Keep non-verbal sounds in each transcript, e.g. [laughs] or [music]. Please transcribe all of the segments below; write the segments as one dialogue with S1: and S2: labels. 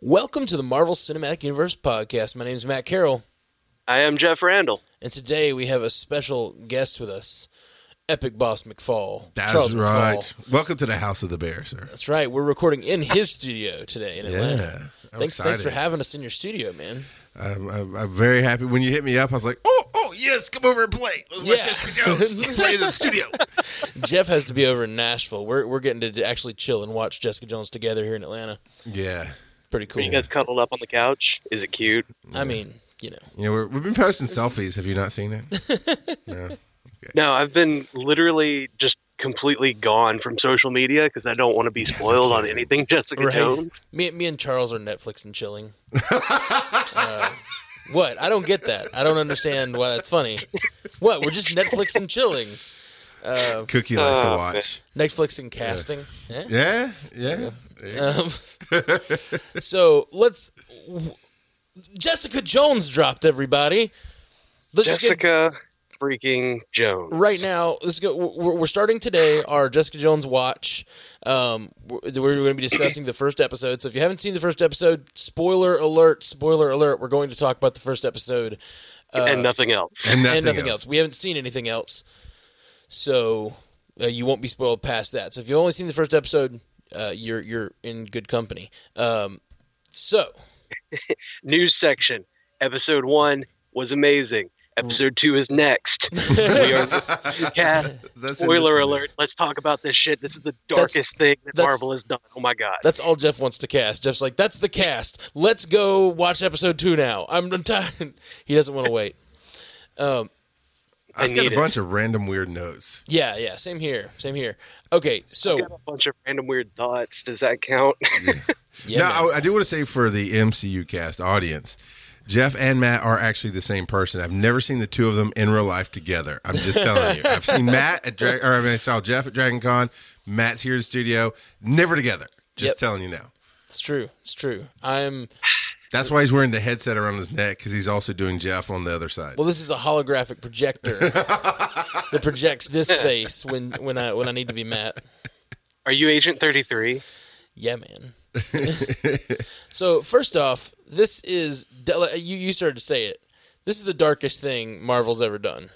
S1: Welcome to the Marvel Cinematic Universe podcast. My name is Matt Carroll,
S2: I am Jeff Randall.
S1: and today we have a special guest with us, Epic Boss McFall.
S3: That's
S1: Charles
S3: right.
S1: McFall.
S3: Welcome to the House of the Bear, sir.
S1: That's right. We're recording in his studio today in Atlanta.
S3: I'm
S1: thanks, thanks for
S3: excited.
S1: having us in your studio, man.
S3: I'm, I'm, I'm very happy. When you hit me up, I was like, oh, oh, yes, come over and play. Let's watch
S1: Yeah.
S3: Jessica Jones.
S1: [laughs]
S3: Let's play in the studio.
S1: Jeff has to be over in Nashville. We're we're getting to actually chill and watch Jessica Jones together here in Atlanta.
S3: Yeah.
S1: Pretty cool.
S2: You guys cuddled up on the couch. Is it cute?
S1: I mean, you know,
S3: You know, we're, we've been posting selfies. Have you not seen it? No.
S2: No, I've been literally just completely gone from social media because I don't want to be spoiled on anything Jessica
S1: right?
S2: Jones.
S1: Me, me and Charles are Netflix and chilling. [laughs] Uh, what? I don't get that. I don't understand why that's funny. What? We're just Netflix and chilling. Uh,
S3: Cookie likes to
S2: Oh,
S3: watch.
S1: Netflix and casting. Yeah.
S3: Yeah. Yeah. Yeah.
S1: Um, so let's. Jessica Jones dropped everybody. Let's just get
S2: Jessica freaking Jones.
S1: right now. Let's go. We're, we're starting today our Jessica Jones watch. Um, we're going to be discussing the first episode. So if you haven't seen the first episode, spoiler alert! Spoiler alert! We're going to talk about the first episode Uh,
S2: and nothing else.
S3: And nothing,
S1: and nothing else. We haven't seen anything else, so uh, you won't be spoiled past that. So if you've only seen the first episode, uh, you're you're in good company. Um, so
S2: News section. Episode one was amazing. Episode two is
S1: [laughs]
S2: next. we are yeah.
S3: That's in
S2: Spoiler
S3: this-
S2: alert. Let's talk about this shit. This is the darkest thing that
S1: that's-
S2: Marvel has done. Oh my god.
S1: that's all Jeff wants to cast. Jeff's like, that's the cast. Let's go watch episode two now. I'm, I'm tired. [laughs] He doesn't want to wait.
S3: I've
S2: I
S3: got
S2: need
S3: a
S2: it.
S3: bunch of random weird notes.
S1: Yeah, yeah. Same here. Same here. Okay, so
S2: Got a bunch of random weird thoughts. Does that count?
S1: yeah, man.
S3: no, I, I do want to say for the MCU cast audience, Jeff and Matt are actually the same person. I've never seen the two of them in real life together. I'm just telling you. I've seen Matt at Dra- or I, mean, I saw Jeff at Dragon Con. Matt's here in studio. Never together. Just
S1: Yep.
S3: telling you now.
S1: it's true. It's true. I'm.
S3: That's why he's wearing the headset around his neck because he's also doing Jeff on the other side.
S1: Well, this is a holographic projector that projects this face when when I when I need to be Matt.
S2: Are you Agent 33?
S1: Yeah, man. so first off, this is de- you. You started to say it. This is the darkest thing Marvel's ever done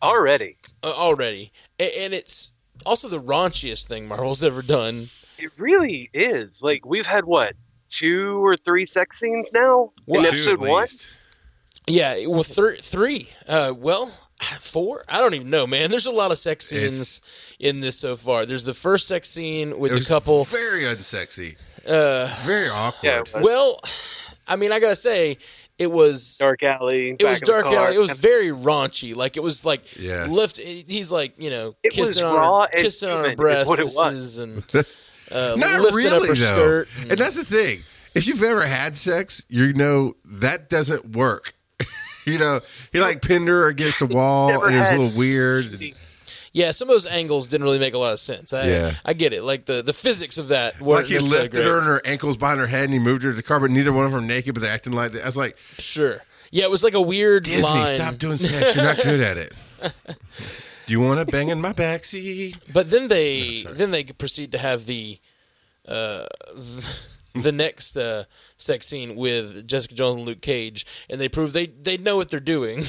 S2: Already.
S1: uh, already, A- and it's also the raunchiest thing Marvel's ever done.
S2: It really is. Like, we've had what? Two or three sex scenes now?
S1: Well,
S2: in
S3: Two
S2: episode one?
S1: Yeah, well, thir- three. Uh, well, four. I don't even know, man. There's a lot of sex
S3: It's-
S1: scenes in this so far. There's the first sex scene with
S3: It
S1: the
S3: was
S1: couple. Uh,
S3: Very unsexy. very awkward.
S2: Yeah, it was.
S1: well, I mean, I gotta say, it was
S2: Dark Alley.
S1: It was dark alley. It was
S2: very
S1: very raunchy. Like it was like
S3: Yeah.
S1: lift. He's like you know
S2: It was
S1: kissing on
S2: raw
S1: her,
S2: and
S1: kissing on her
S2: human is
S1: breasts
S2: what it was.
S3: [laughs]
S1: and uh,
S3: Not
S1: lifting
S3: really,
S1: up her
S3: though.
S1: skirt.
S3: And, that's the thing. If you've ever had sex, you know that doesn't work. [laughs] you know, he like pinned her against the wall,
S2: Never
S3: and it was a
S2: had-
S3: little weird.
S1: Yeah, some of those angles didn't really make a lot of sense. I,
S3: Yeah.
S1: I get it. Like the, the physics of that. Weren't
S3: Like he
S1: necessarily
S3: lifted
S1: great.
S3: her and her ankles behind her head, and he moved her to the car, but neither one of them naked, but they're acting like that. I was like,
S1: Sure. Yeah, it was like a weird
S3: Disney,
S1: line.
S3: stop doing sex. You're not good
S1: [laughs]
S3: at it. Do you want to bang in my backseat?
S1: But then they then they proceed to have the uh, [laughs] the next uh, sex scene with Jessica Jones and Luke Cage, and they prove they they know what they're doing. [laughs]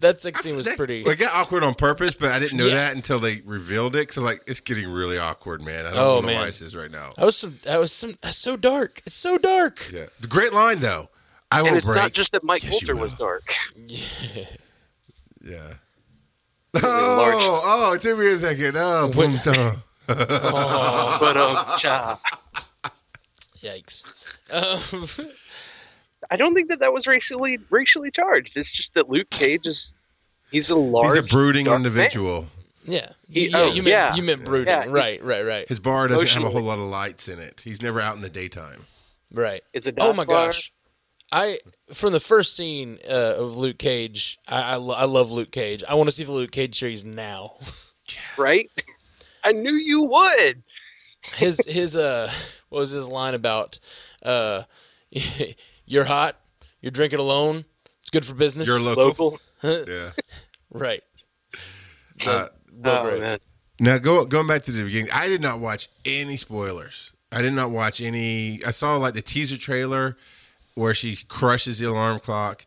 S1: that sex scene was
S3: [laughs] That-
S1: pretty.
S3: It got awkward on purpose, but I didn't know
S1: Yeah.
S3: that until they revealed it. So like, it's getting really awkward, man. I don't
S1: Oh,
S3: want to
S1: man.
S3: watch this right now.
S1: I was some. I was some. That's so dark. It's so dark.
S3: Yeah, the great line though. I
S2: And
S3: won't
S2: it's
S3: break.
S2: not just that Mike
S3: Yes, you
S2: Coulter was
S3: will. [laughs]
S2: dark.
S3: Yeah.
S2: [laughs] large-
S3: Oh, oh, it took me a second. Oh, boom, tom.
S2: But, um, cha.
S1: Yikes. [laughs] Um,
S2: I don't think that that was racially racially charged. It's just that Luke Cage is. He's a large.
S3: He's a brooding
S2: dark
S3: individual.
S1: yeah.
S2: He-
S1: yeah.
S2: oh,
S1: you meant
S2: yeah.
S1: you meant brooding.
S2: Yeah.
S1: right. Right. Right.
S3: His bar doesn't have a
S2: Emotionally.
S3: whole lot of lights in it. He's never out in the daytime.
S1: Right.
S2: It's a
S1: oh my
S2: dark bar.
S1: gosh. I from the first scene uh, of Luke Cage. I I, lo- I love Luke Cage. I want to see the Luke Cage series now.
S2: Man, right? I knew you would.
S1: His his uh what was his line about? Uh, [laughs] you're hot. You're drinking alone. It's good for business.
S3: You're local.
S2: Local. [laughs]
S3: Yeah.
S1: right.
S3: Uh,
S1: Real
S2: Oh,
S1: great.
S2: man.
S3: now, go, going back to the beginning, I did not watch any spoilers. I I did not watch any. I saw like the teaser trailer where she crushes the alarm clock.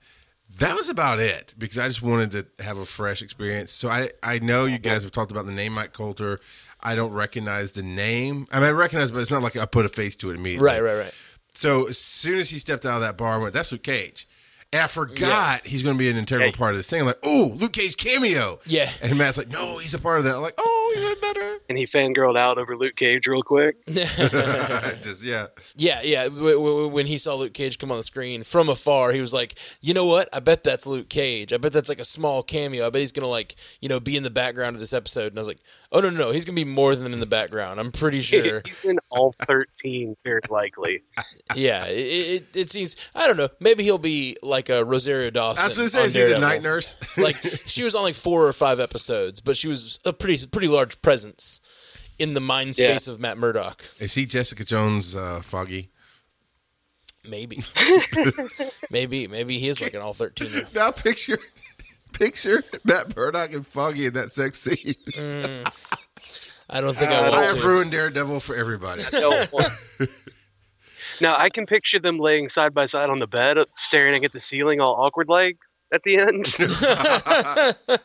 S3: That was about it because I just wanted to have a fresh experience. So I I know you guys have talked about the name Mike Coulter. I don't recognize the name. I mean, I recognize, it, but it's not like I put a face to it immediately.
S1: Right, right, right.
S3: So as soon as he stepped out of that bar, I went, "That's Luke Cage." And I forgot he's going to be an integral
S2: Hey.
S3: part of this thing. I'm like, "Oh, Luke Cage cameo."
S1: Yeah.
S3: And Matt's like, "No, he's a part of that." I'm like, "Oh, even
S1: [laughs]
S3: better." [laughs]
S2: And he fangirled out over Luke Cage real quick.
S3: just yeah.
S1: Yeah, yeah. W- w- when he saw Luke Cage come on the screen from afar, he was like, "You know what? I bet that's Luke Cage. I bet that's like a small cameo. I bet he's gonna like, you know, be in the background of this episode." And I was like, "Oh no, no, no. He's gonna be more than in the background. I'm pretty sure."
S2: [laughs] He's in all 13, very likely.
S1: yeah, it, it, it seems. I don't know. Maybe he'll be like a Rosario Dawson.
S3: I was going to say,
S1: on
S3: is he the
S1: Daredevil.
S3: night nurse?
S1: [laughs] like she was on like four or five episodes, but she was a pretty pretty large presence in the mind
S2: Yeah.
S1: space of Matt Murdock.
S3: Is he Jessica Jones uh, Foggy?
S1: Maybe, maybe, maybe he is like an all thirteen. now.
S3: Now picture, [laughs] picture Matt Murdock and Foggy in that sex scene.
S1: I don't think
S2: Uh,
S1: I
S3: I
S1: want
S3: have
S1: to.
S3: ruined Daredevil
S1: [laughs]
S3: for everybody.
S2: No one. Now, I can picture them laying side by side on the bed, staring at the ceiling all awkward like at the end.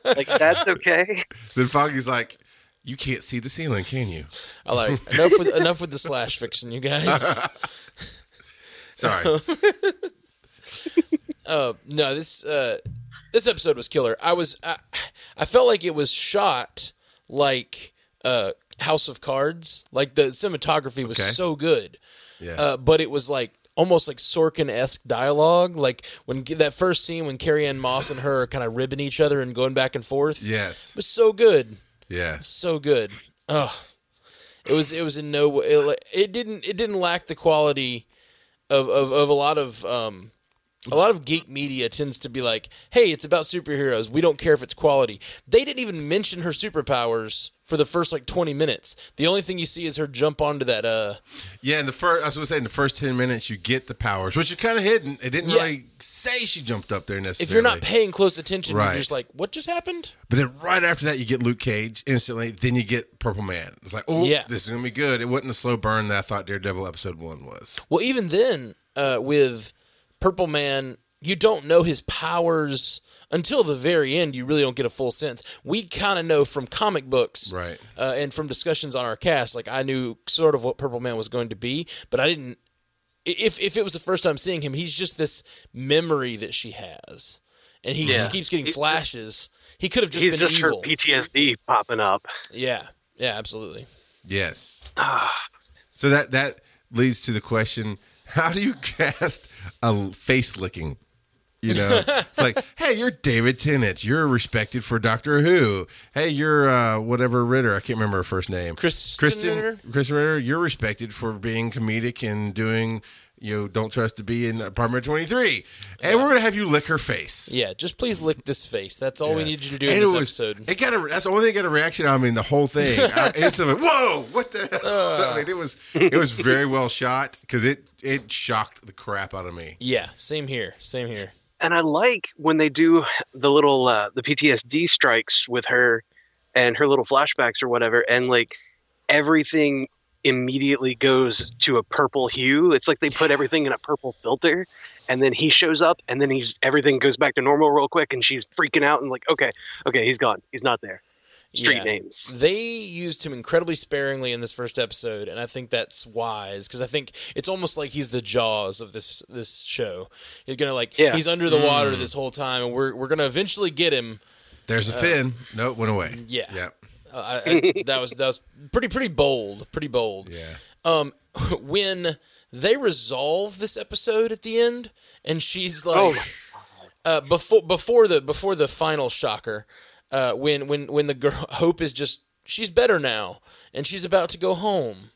S2: like, that's okay.
S3: then Foggy's like, "You can't see the ceiling, can you?"
S1: I like enough with enough with the slash fiction, you
S3: [laughs]
S1: guys. [laughs]
S3: Sorry.
S1: Uh, no, this uh, this episode was killer. I was I, I felt like it was shot like uh, House of Cards. Like the cinematography was
S3: Okay.
S1: so good.
S3: Yeah.
S1: uh, but it was like almost like Sorkin esque dialogue. Like when that first scene when Carrie Ann Moss and her are kind of ribbing each other and going back and forth.
S3: yes.
S1: It was so good,
S3: Yes.
S1: so good. Ugh. It was it was in no way it, it didn't it didn't lack the quality of, of, of a lot of um a lot of geek media tends to be like, hey, it's about superheroes. We don't care if it's quality. They didn't even mention her superpowers for the first like twenty minutes. The only thing you see is her jump onto that uh
S3: Yeah. In the first, I was going to say, in the first ten minutes, you get the powers, which is kind of hidden. It didn't
S1: Yeah.
S3: really say she jumped up there necessarily.
S1: if you're not paying close attention,
S3: Right.
S1: you're just like, what just happened?
S3: But then right after that, you get Luke Cage instantly. Then you get Purple Man. It's like, oh,
S1: Yeah.
S3: this is gonna be good. It wasn't a slow burn that I thought Daredevil episode one was.
S1: Well, even then, uh, with Purple Man, you don't know his powers until the very end. You really don't get a full sense. We kind of know from comic books,
S3: Right.
S1: Uh, and from discussions on our cast, like I knew sort of what Purple Man was going to be, but I didn't. i- If if it was the first time seeing him, he's just this memory that she has, and he
S2: Yeah.
S1: just keeps getting
S2: He's-
S1: flashes. He could have just
S2: He's
S1: been
S2: just
S1: evil.
S2: her PTSD popping up.
S1: yeah, yeah, absolutely.
S3: Yes.
S1: Ah.
S3: so that that leads to the question: How do you cast a face licking? You know,
S1: [laughs]
S3: it's like, hey, you're David Tennant. You're respected for Doctor Who. Hey, you're uh, whatever Ritter. I can't remember her first name.
S1: Kristen Ritter?
S3: Kristen Ritter. You're respected for being comedic and doing. You know, don't trust to be in apartment 23. And we're going to have you lick her face.
S1: Yeah, just please lick this face. That's all we
S3: Yeah.
S1: need you to do
S3: And
S1: in this
S3: it was-
S1: episode.
S3: It got a, that's the only thing that got a reaction out of me in the
S1: [laughs]
S3: whole thing. I instantly, whoa, what the?
S1: Uh.
S3: Hell? [laughs] I mean, it was it was very well shot because it it shocked the crap out of me.
S1: yeah, same here. Same here.
S2: and I like when they do the little uh, the PTSD strikes with her and her little flashbacks or whatever, and like everything immediately goes to a purple hue. It's like they put everything in a purple filter, and then he shows up, and then he's everything goes back to normal real quick, and she's freaking out and like, okay, okay, he's gone, he's not there. Street names.
S1: They used him incredibly sparingly in this first episode, and I think that's wise because I think it's almost like he's the Jaws of this this show. He's gonna like
S2: Yeah.
S1: he's under the water this whole time, and we're we're gonna eventually get him.
S3: There's a fin. No, it went away.
S1: Uh. yeah.
S3: Yep.
S1: Uh, I, I, that was that was pretty pretty bold, pretty bold.
S3: Yeah.
S1: Um, [laughs] when they resolve this episode at the end, and she's like,
S3: Oh.
S2: my
S1: uh, before before the before the final shocker, uh, when when when the girl [laughs] Hope is just she's better now and she's about to go home.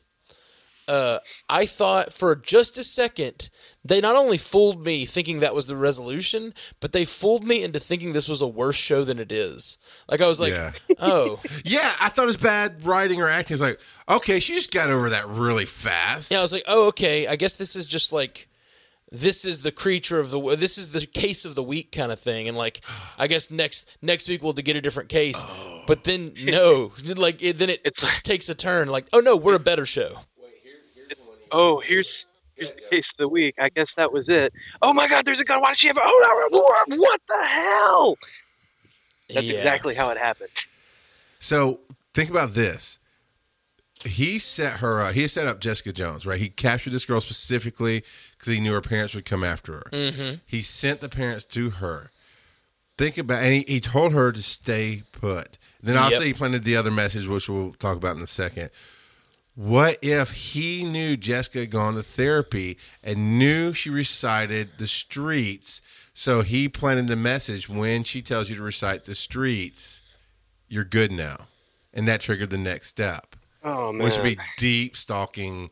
S1: Uh, I thought for just a second they not only fooled me thinking that was the resolution, but they fooled me into thinking this was a worse show than it is. Like I was like,
S3: Yeah.
S1: oh.
S3: Yeah, I thought it was bad writing or acting. It's like, okay, she just got over that really fast.
S1: Yeah, I was like, oh, okay. I guess this is just like this is the creature of the this is the case of the week kind of thing, and like I guess next next week we'll get a different case. But then [laughs] oh, no, like it, then it takes a turn. Like oh no, we're a better show.
S2: oh, here's here's the case of the week. I guess that was it. Oh my God, there's a gun. Why did she have it? Oh, no, no, no, what the hell? That's
S1: Yeah.
S2: exactly how it happened.
S3: So think about this. He set her up. He set up Jessica Jones, right? He captured this girl specifically because he knew her parents would come after her. He sent the parents to her. Think about, and he, he told her to stay put. Then obviously he planted the other message, which we'll talk about in a second. What if he knew Jessica had gone to therapy and knew she recited the streets? So he planted the message when she tells you to recite the streets, you're good now. And that triggered the next step,
S2: Oh man.
S3: which would be deep stalking,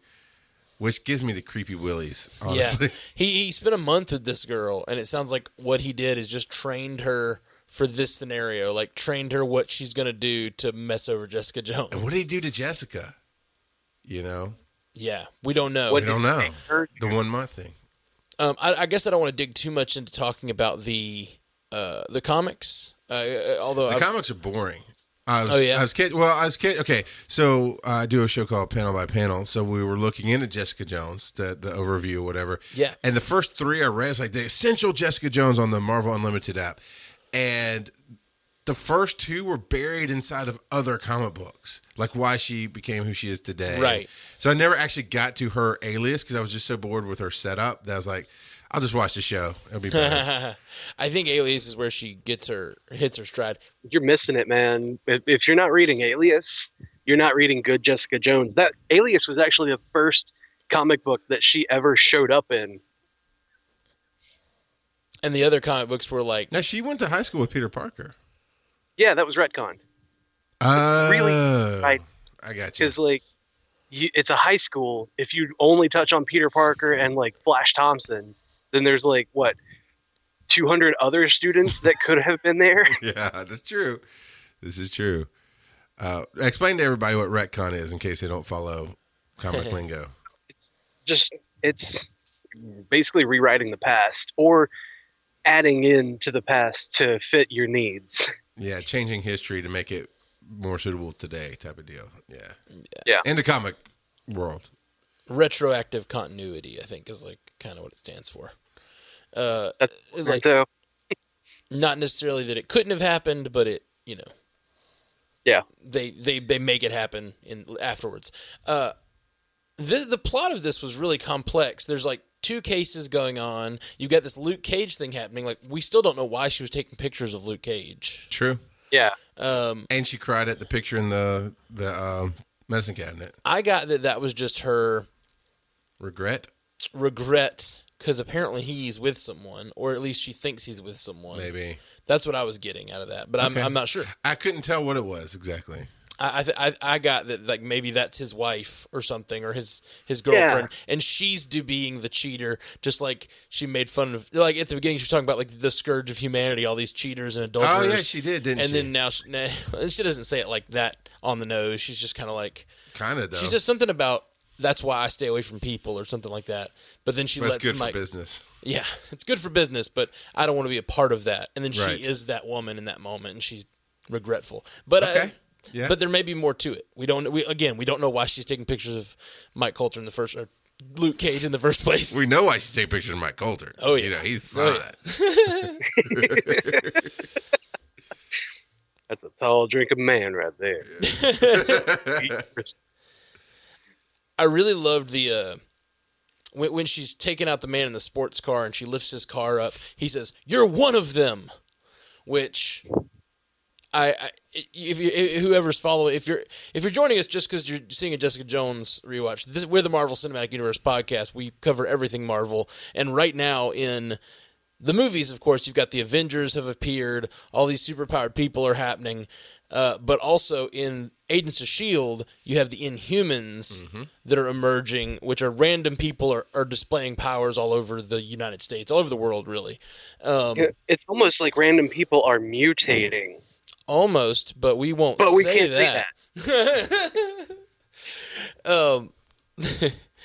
S3: which gives me the creepy willies, honestly. [laughs]
S1: Yeah, he he spent a month with this girl, and it sounds like what he did is just trained her for this scenario, like trained her what she's gonna do to mess over Jessica Jones.
S3: And what did he do to Jessica? You know,
S1: Yeah, we don't know.
S2: What
S3: we don't
S2: did
S3: know.
S2: he hurt
S3: The one month thing.
S1: Um, I, I guess I don't want to dig too much into talking about the uh, the comics, uh, uh, although
S3: The
S1: I've-
S3: comics are boring. I was,
S1: Oh, yeah?
S3: I was kid. Well, I was kid. Okay, so uh, I do a show called Panel by Panel. So we were looking into Jessica Jones, the the overview, or whatever.
S1: Yeah.
S3: And the first three I read is like the essential Jessica Jones on the Marvel Unlimited app, and the first two were buried inside of other comic books, like why she became who she is today.
S1: Right.
S3: So I never actually got to her alias because I was just so bored with her setup that I was like, I'll just watch the show. It'll be better.
S1: [laughs] I think Alias is where she gets her hits her stride.
S2: you're missing it, man. If, if you're not reading Alias, you're not reading good Jessica Jones. That Alias was actually the first comic book that she ever showed up in.
S1: And the other comic books were like,
S3: now she went to high school with Peter Parker.
S2: Yeah, that was retcon.
S3: Oh,
S2: really tight.
S3: I got you.
S2: Because like, you, it's a high school. If you only touch on Peter Parker and like Flash Thompson, then there's like what, 200 other students that could have been there.
S3: [laughs] Yeah, that's true. This is true. Uh, explain to everybody what retcon is in case they don't follow
S1: [laughs]
S3: comic lingo.
S2: Just it's basically rewriting the past or adding in to the past to fit your needs.
S3: Yeah, changing history to make it more suitable today type of deal. Yeah.
S2: Yeah.
S3: In the comic world.
S1: retroactive continuity. I think is like kind of what it stands for. Uh, like
S2: so
S1: not necessarily that it couldn't have happened, but it you know
S2: yeah.
S1: they they they make it happen in afterwards. Uh, the the plot of this was really complex. There's like two cases going on. You've got this Luke Cage thing happening. Like we still don't know why she was taking pictures of Luke Cage.
S3: True.
S2: Yeah.
S3: And she cried at the picture in the the um, medicine cabinet.
S1: I got that that was just her
S3: Regret,
S1: regret because apparently he's with someone, or at least she thinks he's with someone.
S3: maybe.
S1: That's what I was getting out of that, but I'm
S3: Okay.
S1: I'm not sure.
S3: I couldn't tell what it was exactly.
S1: I, I th- I I got that like maybe that's his wife or something or his his girlfriend and she's do being the cheater just like she made fun of like at the beginning she was talking about like the scourge of humanity all these cheaters and
S3: Oh,
S1: adulterers
S3: yeah, she did, didn't
S1: and
S3: she?
S1: then now she, nah, [laughs] she doesn't say it like that on the nose she's just kind of like
S3: Kind of, though.
S1: she says something about that's why I stay away from people or something like that but then she
S3: but it's
S1: lets
S3: good
S1: Mike
S3: for business.
S1: yeah it's good for business but I don't want to be a part of that and then
S3: Right.
S1: she is that woman in that moment and she's regretful but
S3: Okay.
S1: I,
S3: Yeah.
S1: but there may be more to it. We don't. We again, we don't know why she's taking pictures of Mike Coulter in the first, or Luke Cage in the first place.
S3: we know why she's taking pictures of Mike Coulter.
S1: Oh, yeah.
S3: You know, he's fine.
S1: Oh, yeah.
S2: That's a tall drink of man right there.
S1: I really loved the uh, when when she's taking out the man in the sports car and she lifts his car up. He says, "You're one of them," which. I, I if you if whoever's following if you're if you're joining us just because you're seeing a Jessica Jones rewatch this we're the Marvel Cinematic Universe podcast we cover everything Marvel and right now in the movies, of course, you've got the Avengers have appeared, all these superpowered people are happening, uh, but also in Agents of S.H.I.E.L.D., E you have the Inhumans that are emerging, which are random people are, are displaying powers all over the United States, all over the world, really. Um,
S2: It's almost like random people are mutating.
S1: Almost, but we won't
S2: But we
S1: say
S2: can't say
S1: that. um,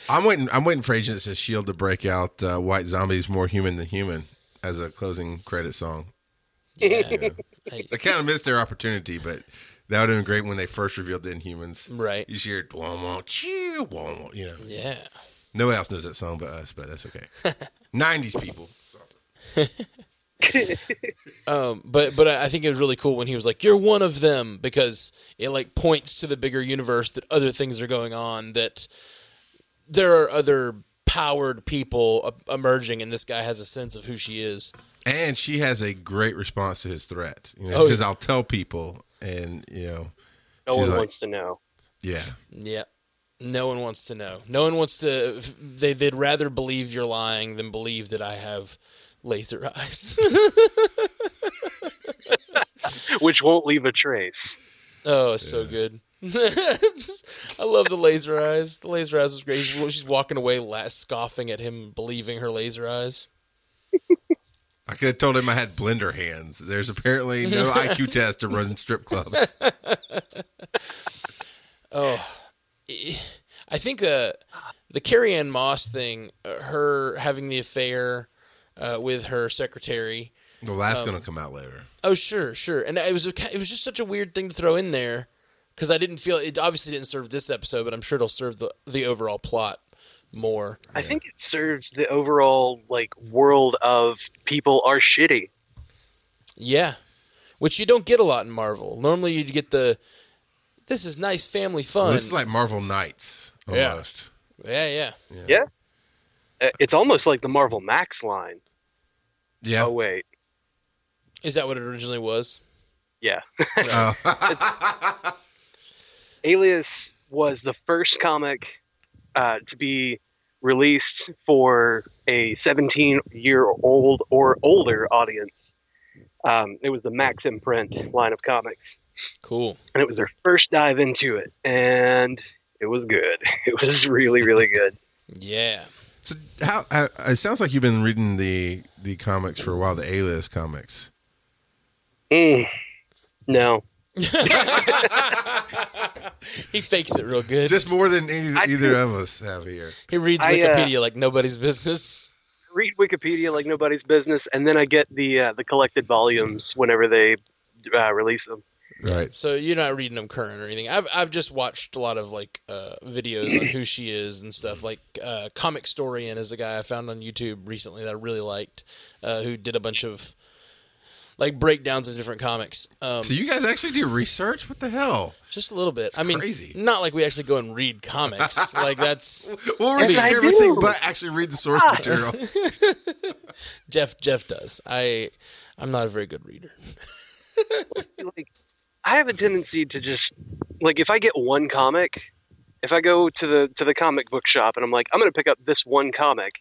S3: I'm waiting. I'm waiting for Agents of Shield E to break out. Uh, White Zombies more human than human as a closing credit song.
S1: yeah,
S3: They kind of missed their opportunity, but that would have been great when they first revealed the Inhumans.
S1: right.
S3: You just hear wah, wah, chew, wah, wah, you know.
S1: Yeah.
S3: Nobody else knows that song but us, but that's
S1: [laughs]
S3: okay. 90s people. It's awesome.
S1: Um, but but I I think it was really cool when he was like, "You're one of them," because it like points to the bigger universe that other things are going on. That there are other powered people e- emerging, and this guy has a sense of who she is.
S3: And she has a great response to his threat. You know,
S1: Oh,
S3: he says, I'll tell people. And, you know,
S2: No
S3: She's
S2: one
S3: like-
S2: wants to know.
S3: yeah.
S1: Yeah. No one wants to know. No one wants to. f- They they'd rather believe you're lying than believe that I have laser [laughs] eyes.
S2: Which won't leave a trace.
S1: oh, it's so good. [laughs] I love the laser eyes. The laser eyes was great. She's she's walking away, la- scoffing at him, believing her laser eyes.
S3: I could have told him I had blender hands. There's
S1: [laughs]
S3: apparently no IQ test to run strip clubs.
S1: I think uh, the Carrie Ann Moss thing, uh, her having the affair uh, with her secretary.
S3: Well, that's
S2: Um,
S3: going to come out later.
S1: Oh, sure, sure. And it was a, it was just such a weird thing to throw in there because I didn't feel it. Obviously, didn't serve this episode, but I'm sure it'll serve the the overall plot more.
S2: I think it serves the overall like world of people are shitty.
S1: Yeah, which you don't get a lot in Marvel. Normally, you get the this is nice family fun.
S3: this is like Marvel Knights
S1: Yeah.
S3: almost.
S1: yeah, yeah.
S2: Yeah. Uh, It's almost like the Marvel Max line.
S3: Yeah.
S2: Oh wait,
S1: Is that what it originally
S3: [laughs]
S1: was?
S2: yeah.
S3: Uh.
S1: Right.
S2: Alias was the first comic uh, to be released for a 17-year-old or older audience. Um, it was the Max imprint line of comics,
S1: Cool.
S2: and it was their first dive into it, and it was good. [laughs] It was really, really good.
S1: Yeah. [laughs]
S3: So how, how it sounds like you've been reading the the comics for a while, the A-list comics.
S2: Mm. No,
S1: He fakes it real good.
S3: Just more than any,
S2: I
S3: either
S2: do-
S3: of us have here.
S1: He reads
S2: I, uh,
S1: Wikipedia like nobody's business.
S2: read Wikipedia like nobody's business, and then I get the uh, the collected volumes whenever they uh, release them.
S3: Right.
S1: So you're not reading them current or anything. I've I've just watched a lot of like uh, videos on who she is and stuff. Like uh, Comic Storian is a guy I found on YouTube recently that I really liked, uh, who did a bunch of like breakdowns of different comics. Um,
S3: So you guys actually do research? What the hell?
S1: just a little bit. I mean,
S3: crazy.
S1: not like we actually go and read
S3: [laughs]
S1: comics. like that's
S3: We'll
S2: Yes,
S3: research
S2: I
S3: everything,
S2: do. Ah.
S3: but actually read the source
S2: [laughs]
S3: material.
S1: Jeff Jeff does. I I'm not a very good reader.
S2: [laughs] Like, I have a tendency to just like if I get one comic, if I go to the to the comic book shop and I'm like, I'm going to pick up this one comic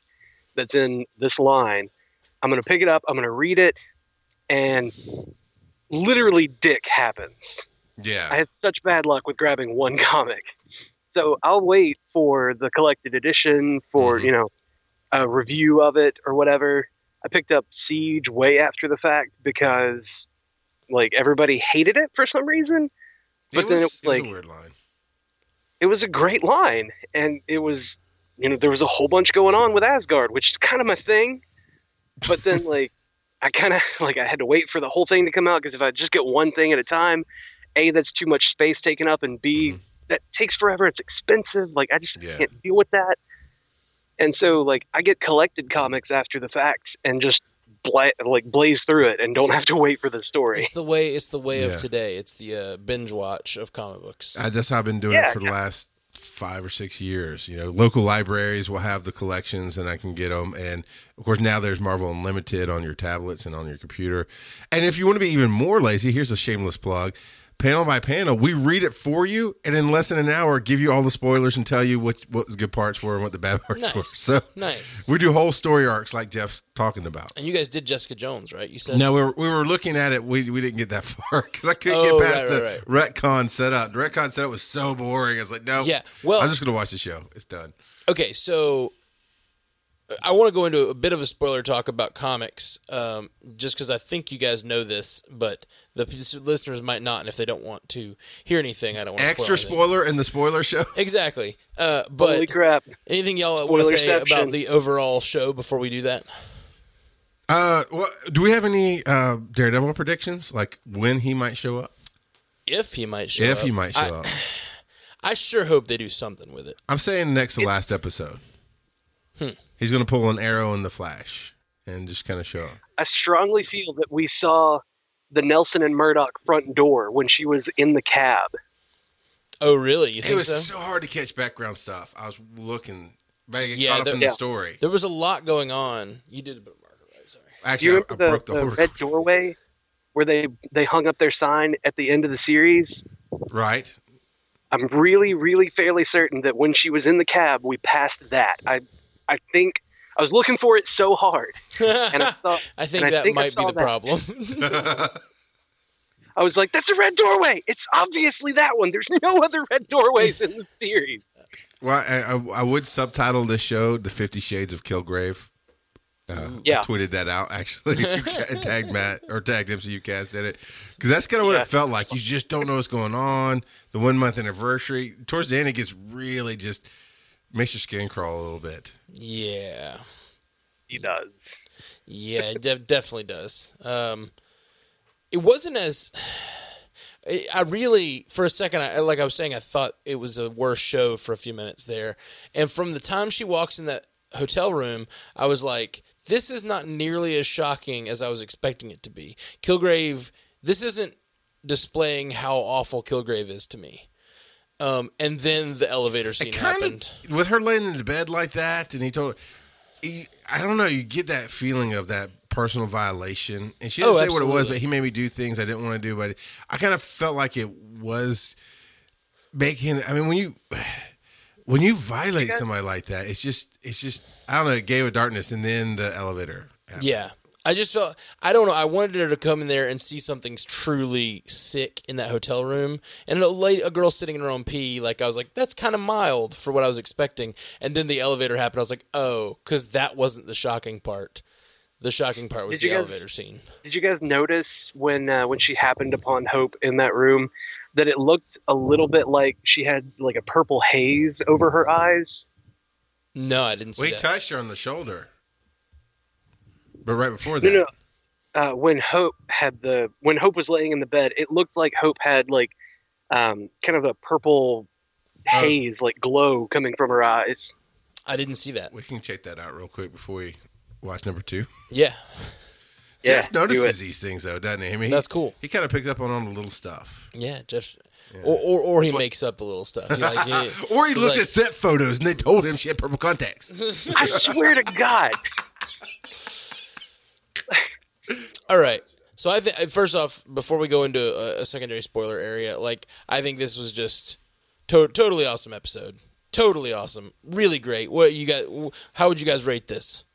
S2: that's in this line. I'm going to pick it up. I'm going to read it, and literally, dick happens. I
S3: Yeah.
S2: had such bad luck with grabbing one [laughs] comic. So I'll wait for the collected edition for, you know, a review of it or whatever. I picked up Siege way after the fact because like everybody hated it for some reason. but
S3: it,
S2: then it
S3: was, it was
S2: was like-
S3: a weird line.
S2: It was a great line and it was you know, there was a whole bunch going on with Asgard, which is kind of my thing. But then like I kind of [laughs] like I had to wait for the whole thing to come out because if I just get one thing at a time, A that's too much space taken up and B that takes forever. It's expensive. Like I just
S3: Yeah.
S2: can't deal with that. And so like I get collected comics after the fact and just bla- like blaze through it and don't have to wait for the story.
S1: It's the way it's the way
S3: Yeah.
S1: of today. It's the uh, binge watch of comic books.
S3: I, that's how I've been doing it
S2: Yeah.
S3: for the last five or six years. You know, local libraries will have the collections, and I can get them. And of course, now there's Marvel Unlimited on your tablets and on your computer. And if you want to be even more lazy, here's a shameless plug. Panel by panel, we read it for you, and in less than an hour, give you all the spoilers and tell you what what the good parts were and what the bad [laughs] parts were.
S1: Nice.
S3: So
S1: nice.
S3: we do whole story arcs like Jeff's talking about.
S1: And you guys did Jessica Jones, right? You said
S3: No, we were, we were looking at it. We, we didn't get that [laughs] far because I couldn't
S1: Oh,
S3: get past
S1: right, right,
S3: the retcon setup. The retcon setup was so boring. I was like, no.
S1: Yeah, well-
S3: I'm just gonna watch the show. It's done.
S1: Okay, so I want to go into a bit of a spoiler talk about comics, um, just because I think you guys know this, but the p- listeners might not, and if they don't want to hear anything, I don't want to spoil
S3: Extra
S1: anything.
S3: spoiler in the spoiler show. [laughs]
S1: Exactly. Uh,
S2: Holy
S1: but
S2: crap.
S1: anything y'all want to say
S2: Spoilerception.
S1: about the overall show before we do that?
S3: Uh, what, do we have any uh Daredevil predictions? Like when he might show up?
S1: If he might show
S3: if
S1: up. [clears throat]
S3: he might show
S1: I,
S3: up.
S1: I sure hope they do something with it. Hmm.
S3: I'm saying next to last episode. He's going to pull an arrow in the flash and just kind of show up.
S2: I strongly feel that we saw the Nelson and Murdoch front door when she was in the cab.
S1: Oh, really? You
S3: It
S1: think
S3: was
S1: so?
S3: so hard to catch background stuff. I was looking, but I get
S1: Yeah,
S3: caught up
S1: there-
S3: in
S2: Yeah.
S3: the story.
S1: There was a lot going on. You did a bit of marker, right? Sorry.
S2: Do you
S3: Actually, I, I
S2: remember the,
S3: broke the,
S2: the
S3: whole
S2: red doorway where they they hung up their sign at the end of the series?
S3: record. [laughs] right.
S2: I'm really, really fairly certain that when she was in the cab, we passed that. I, I think I was looking for it so hard, and
S1: [laughs]
S2: I thought
S1: I think
S2: and I
S1: that
S2: think I
S1: might be
S2: saw
S1: the
S2: that.
S1: problem.
S2: I was like, "That's a red doorway. It's obviously that one. There's no [laughs] other red doorways in the series."
S3: Well, I, I, I would subtitle this show "The Fifty Shades of Kilgrave." Uh,
S2: Yeah.
S3: I tweeted that out actually, [laughs] and tagged Matt or tagged MCU Cast in it because that's kind of what
S2: Yeah.
S3: it felt like. You just don't know what's going on. The one month anniversary towards the end, it gets really just makes your skin crawl a little bit.
S1: yeah.
S2: He does.
S1: Yeah, it de- definitely does. Um, it wasn't as. I- I really, for a second, I, like I was saying, I thought it was a worse show for a few minutes there. And from the time she walks in that hotel room, I was like, this is not nearly as shocking as I was expecting it to be. Kilgrave, this isn't displaying how awful Kilgrave is to me. Um, and then the elevator scene happened.
S3: Of, with her laying in the bed like that, and he told her, he- I don't know, you get that feeling of that personal violation. And she didn't
S1: Oh,
S3: say what it was,
S1: absolutely.
S3: but he made me do things I didn't want to do. But I kind of felt like it was making, I mean, when you. [sighs] When you violate somebody like that, it's just, it's just, I don't know, it gave a darkness and then the elevator. happened.
S1: Yeah. I just felt I don't know. I wanted her to come in there and see something's truly sick in that hotel room, and a, lady, a girl sitting in her own pee. Like I was like, that's kind of mild for what I was expecting. And then the elevator happened. I was like, oh, because that wasn't the shocking part. The shocking part was
S2: Did you
S1: the
S2: guys-
S1: elevator scene.
S2: Did you guys notice when uh, when she happened upon Hope in that room that it looked a little bit like she had like a purple haze over her eyes?
S1: No, I didn't see
S3: Well, he
S1: that.
S3: touched her on the shoulder. But right before that,
S2: No, no. Uh, when Hope had the when Hope was laying in the bed, it looked like Hope had like um, kind of a purple
S3: Oh.
S2: haze, like glow coming from her eyes.
S1: I didn't see that.
S3: we can check that out real quick before we watch number two.
S1: Yeah,
S2: Yeah,
S3: Jeff
S2: do
S3: notices
S2: it.
S3: these things though, doesn't he? I mean,
S1: That's cool.
S3: He kind of picks up on all the little stuff.
S1: yeah, Jeff, or, or or he makes up the little stuff. He, like, he-
S3: Or he
S1: he's
S3: looks
S1: like-
S3: at set photos and they told him she had purple contacts.
S1: [laughs]
S2: I swear to God.
S1: All right. So I think first off, before we go into a, a secondary spoiler area, like I think this was just to- totally awesome episode. Totally awesome. Really great. What you guys? How would you guys rate this?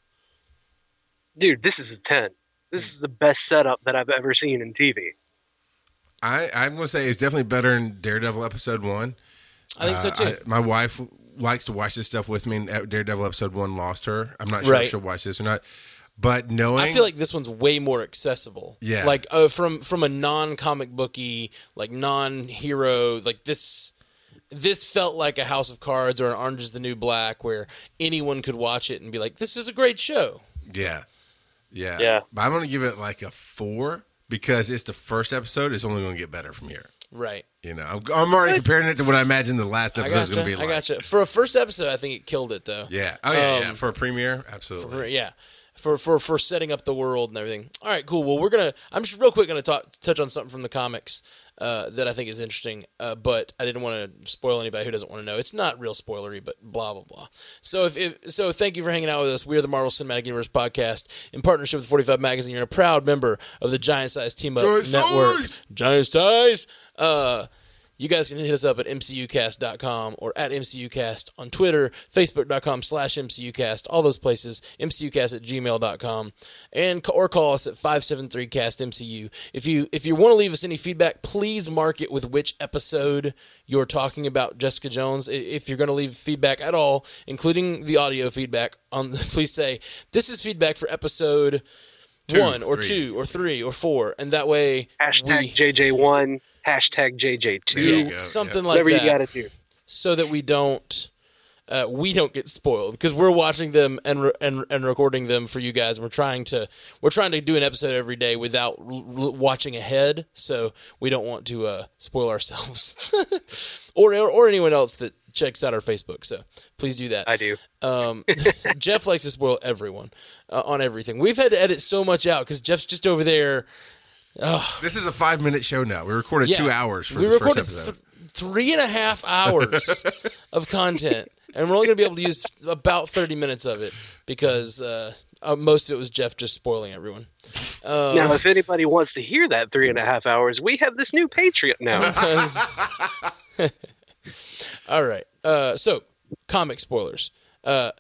S2: Dude, this is a 10. This is the best setup that I've ever seen in TV.
S3: I, I'm going to say it's definitely better than Daredevil episode one.
S1: I think so
S3: Uh,
S1: too.
S3: I- my wife likes to watch this stuff with me, and at Daredevil episode one lost her. I'm not sure
S1: Right.
S3: if she'll watch this or not. But knowing,
S1: I feel like this one's way more accessible.
S3: Yeah.
S1: Like uh, from from a non comic booky, like non hero, like this. This felt like a House of Cards or an Orange Is the New Black, where anyone could watch it and be like, "This is a great show."
S3: yeah, yeah,
S2: Yeah.
S3: But I'm going to give it like a four because it's the first episode. It's only going to get better from here.
S1: Right.
S3: You know, I'm, I'm already comparing it to what I imagine the last
S1: I
S3: episode is
S1: gotcha.
S3: going to be like.
S1: I gotcha. For a first episode, I think it killed it though.
S3: Yeah. Oh yeah, yeah.
S1: Um,
S3: For a premiere, absolutely.
S1: For- yeah. For, for for setting up the world and everything. All right, cool. Well, we're gonna. I'm just real quick gonna talk, touch on something from the comics uh, that I think is interesting, uh, but I didn't want to spoil anybody who doesn't want to know. It's not real spoilery, but blah blah blah. So if, if so, thank you for hanging out with us. We are the Marvel Cinematic Universe podcast in partnership with 45 Magazine. You're a proud member of the Giant Size Team Up
S3: Giant
S1: Network.
S3: Size!
S1: Giant Size. Uh, you guys can hit us up at mcucast.com or at mcucast on Twitter, facebook.com slash mcucast, all those places, mcucast at gmail.com, and, ca- or call us at 573-CAST-MCU. If you, if you want to leave us any feedback, please mark it with which episode you're talking about Jessica Jones. I- If you're going to leave feedback at all, including the audio feedback, on, [laughs] please say, this is feedback for episode one or
S3: three.
S1: two or three or four. And that way we-
S2: Hashtag JJ1, hashtag JJ2.
S3: Yeah.
S1: you,
S3: go,
S1: something like
S2: Whatever
S1: that
S2: you got to do.
S1: so that we don't uh, we don't get spoiled because we're watching them and, re- and and recording them for you guys. We're trying to we're trying to do an episode every day without r- r- watching [laughs] ahead, so we don't want to uh, spoil ourselves or, or or anyone else that checks out our Facebook, so please do that.
S2: I do.
S1: Um,
S2: [laughs]
S1: Jeff likes to spoil everyone uh, on everything. We've had to edit so much out because Jeff's just over there.
S3: This is a five minute show now. We recorded
S1: Yeah,
S3: two hours for
S1: we
S3: this
S1: recorded
S3: first episode.
S1: th- three and a half
S3: [laughs]
S1: hours of content, and we're only going to be able to use about thirty minutes of it because uh, uh, most of it was Jeff just spoiling everyone. [laughs] Uh,
S2: now, if anybody wants to hear that three and a half hours, we have this new Patreon
S1: Uh-huh.
S2: now.
S1: All right. Uh, so, comic spoilers. Uh,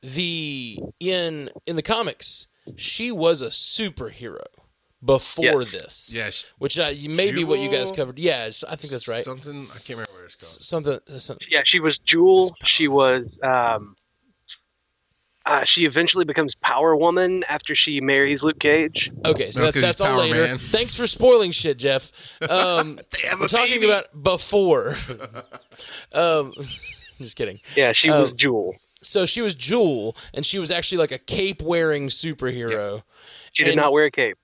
S1: the in in the comics, she was a superhero before
S2: Yes.
S1: this.
S3: Yes.
S1: Which uh, may be what you guys
S3: Jewel?
S1: covered. Yeah, it's- I think that's right.
S3: Something I can't remember what it's called.
S1: Something. some-
S2: yeah, she was Jewel. She was. Um, uh, she eventually becomes Power Woman after she marries Luke Cage.
S1: okay, so
S3: No,
S1: that,
S3: 'cause he's
S1: that's all
S3: Power
S1: later.
S3: Man.
S1: Thanks for spoiling shit,
S3: [laughs]
S1: Jeff. Um,
S3: have
S1: we're
S3: a
S1: talking
S3: baby.
S1: about before.
S3: [laughs]
S1: um, [laughs] just kidding.
S2: Yeah, she
S1: Oh.
S2: was Jewel.
S1: So she was Jewel, and she was actually like a cape wearing superhero.
S2: She did
S1: And-
S2: not wear a cape.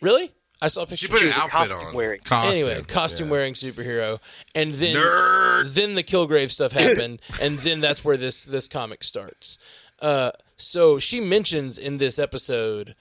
S1: Really? I saw a picture.
S3: She put an
S2: was a
S3: outfit
S2: costume
S3: on.
S2: wearing.
S3: Costume.
S1: anyway, costume wearing superhero, and then
S3: Nerd.
S1: then the Kilgrave
S3: [laughs]
S1: stuff happened, and then that's where this this comic starts. Uh, so she mentions in this episode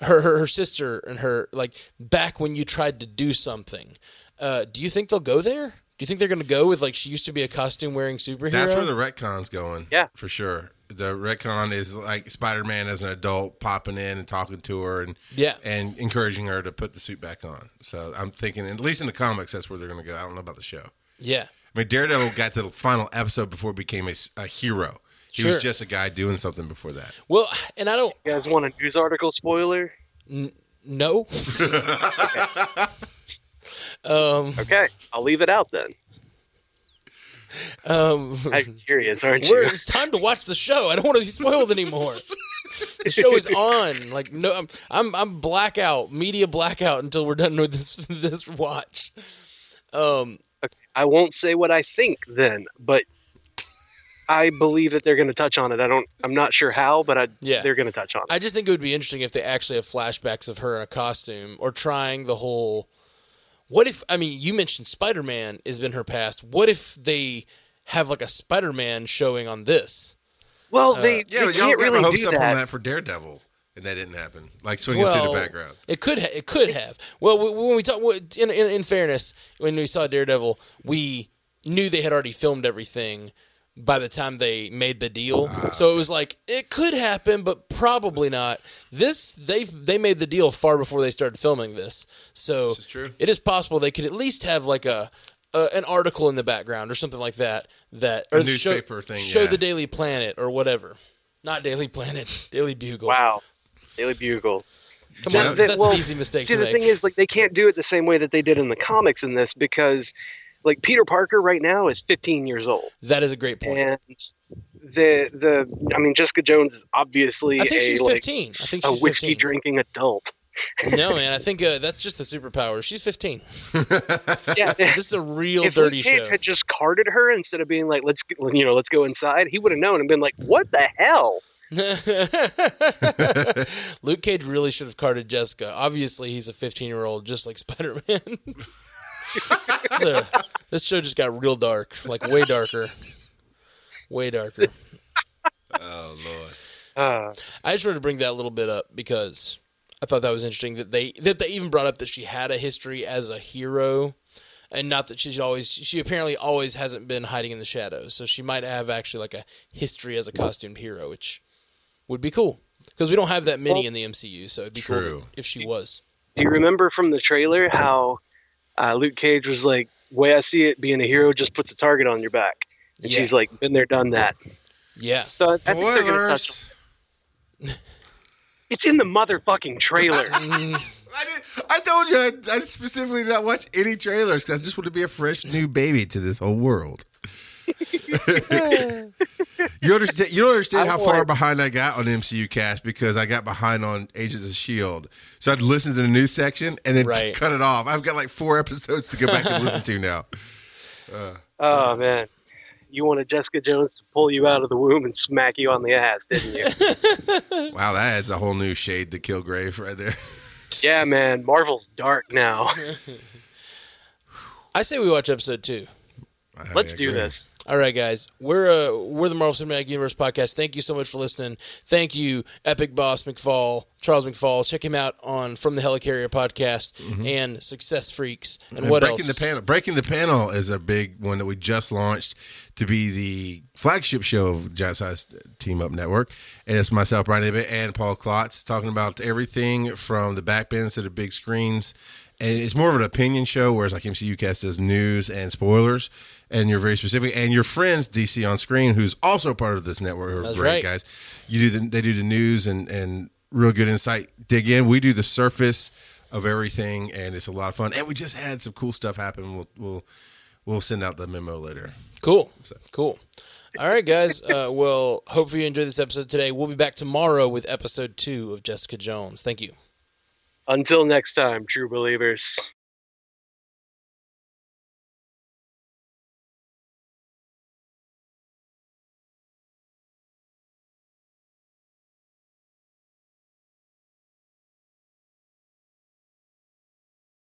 S1: her, her her sister and her like back when you tried to do something. Uh, do you think they'll go there? Do you think they're going to go with like she used to be a costume wearing superhero?
S3: That's where the retcon's going.
S2: Yeah.
S3: For sure. The retcon is like Spider Man as an adult popping in and talking to her and
S1: Yeah.
S3: and encouraging her to put the suit back on. So I'm thinking at least in the comics that's where they're gonna go. I don't know about the show.
S1: yeah,
S3: I mean Daredevil got to the final episode before he became a, s- a hero. He
S1: Sure.
S3: was just a guy doing something before that.
S1: well, and I don't
S2: You guys want a news article spoiler?
S1: know.
S2: Okay, I'll leave it out then.
S1: Um,
S2: [laughs] I'm curious, aren't
S1: We're,
S2: you?
S1: it's time to watch the show. I don't want to be spoiled anymore. the show is on. Like no, I'm, I'm I'm blackout, media blackout until we're done with this [laughs] this watch.
S2: I won't say what I think then, but I believe that they're going to touch on it. I don't. I'm not sure how, but I,
S1: Yeah.
S2: they're going to touch on it.
S1: I just think it would be interesting if they actually have flashbacks of her in a costume or trying the whole. What if I mean you mentioned Spider Man has been her past. What if they have like a Spider Man showing on this?
S2: well, they,
S3: Yeah,
S2: they
S3: but y'all
S2: can't
S3: got my
S2: really
S3: hopes
S2: do
S3: up
S2: that.
S3: on that for Daredevil. And that didn't happen. Like swinging through the background.
S1: It could ha- it could have. Well, w- when we talk, w- in, in in fairness, when we saw Daredevil, we knew they had already filmed everything by the time they made the deal.
S3: Ah,
S1: so it was like it could happen, but probably not. This they they made the deal far before they started filming this. So
S3: is true.
S1: it is possible they could at least have like a. Uh, an article in the background or something like that that or the show-
S3: newspaper thing,
S1: show
S3: yeah.
S1: the daily planet or whatever not daily planet [laughs] daily bugle
S2: Wow, Daily Bugle.
S1: Come
S2: That-
S1: on,
S2: that-
S1: that's
S2: well,
S1: an easy mistake
S2: See,
S1: to
S2: the
S1: make.
S2: thing is, like, they can't do it the same way that they did in the comics in this because, like, Peter Parker right now is 15 years old,
S1: that is a great point.
S2: and the the I mean, Jessica Jones is obviously
S1: I think
S2: a
S1: she's
S2: like
S1: 15. I think
S2: a
S1: she's
S2: whiskey
S1: 15.
S2: drinking adult.
S1: No, man, I think uh, that's just the superpower. She's 15.
S2: Yeah,
S1: This is a real
S2: if
S1: dirty
S2: Luke Cage
S1: show.
S2: had just carded her instead of being like, "Let's g- you know, let's go inside," he would have known and been like, "What the hell?"
S1: [laughs] Luke Cage really should have carded Jessica. Obviously, he's a 15 year old, just like Spider Man. [laughs] so, this show just got real dark, like way darker. Way darker.
S3: Oh Lord.
S2: Uh,
S1: I just wanted to bring that little bit up because I thought that was interesting that they that they even brought up that she had a history as a hero, and not that she's always she apparently always hasn't been hiding in the shadows. So she might have actually like a history as a costumed hero, which would be cool because we don't have that many in the MCU. So it'd be cool
S3: True.
S1: that- if she was.
S2: do you remember from the trailer how uh, Luke Cage was like, "Way I see it, being a hero just puts a target on your back." And
S1: Yeah.
S2: she's like, "Been there, done that."
S1: Yeah,
S2: So I think they're going to touch.
S3: Spoilers.
S2: It's in the
S1: [laughs]
S2: motherfucking trailer.
S3: I, did, I told you I, I specifically did not watch any trailers because I just want to be a fresh new baby to this whole [laughs] world. you understand? You don't understand
S2: I
S3: how far
S2: want-
S3: behind I got on MCU cast because I got behind on Agents of Shield. E So I'd listen to the news section and then
S1: Right.
S3: cut it off. I've got like four episodes to go back and listen to [laughs] now.
S2: oh man, you wanted Jessica Jones to pull you out of the womb and smack you on the ass,
S1: [laughs]
S2: didn't you?
S3: Wow, that adds a whole new shade to Kilgrave right there.
S2: yeah, man. Marvel's dark now.
S1: I say we watch episode two.
S3: I
S2: Let's do
S3: agree.
S2: this.
S1: All right, guys, we're uh, we're the Marvel Cinematic Universe podcast. Thank you so much for listening. Thank you, Epic Boss McFall, Charles McFall. Check him out on From the Helicarrier podcast and Success Freaks. And,
S3: Mm-hmm. And
S1: what
S3: breaking
S1: else?
S3: the panel breaking the panel is a big one that we just launched to be the flagship show of giant size team up network and it's myself brian Ibbett, and paul klotz talking about everything from the back bends to the big screens and it's more of an opinion show whereas like mcu cast does news and spoilers and you're very specific and your friends dc on screen who's also part of this network are
S1: That's
S3: great
S1: right.
S3: guys you do the, they do the news and and real good insight dig in we do the surface of everything and it's a lot of fun and we just had some cool stuff happen we'll we'll we'll send out the memo later
S1: Cool. Cool. All right, guys. Uh, well, hopefully you enjoyed this episode today. We'll be back tomorrow with episode two of Jessica Jones. Thank you.
S2: Until next time, true believers.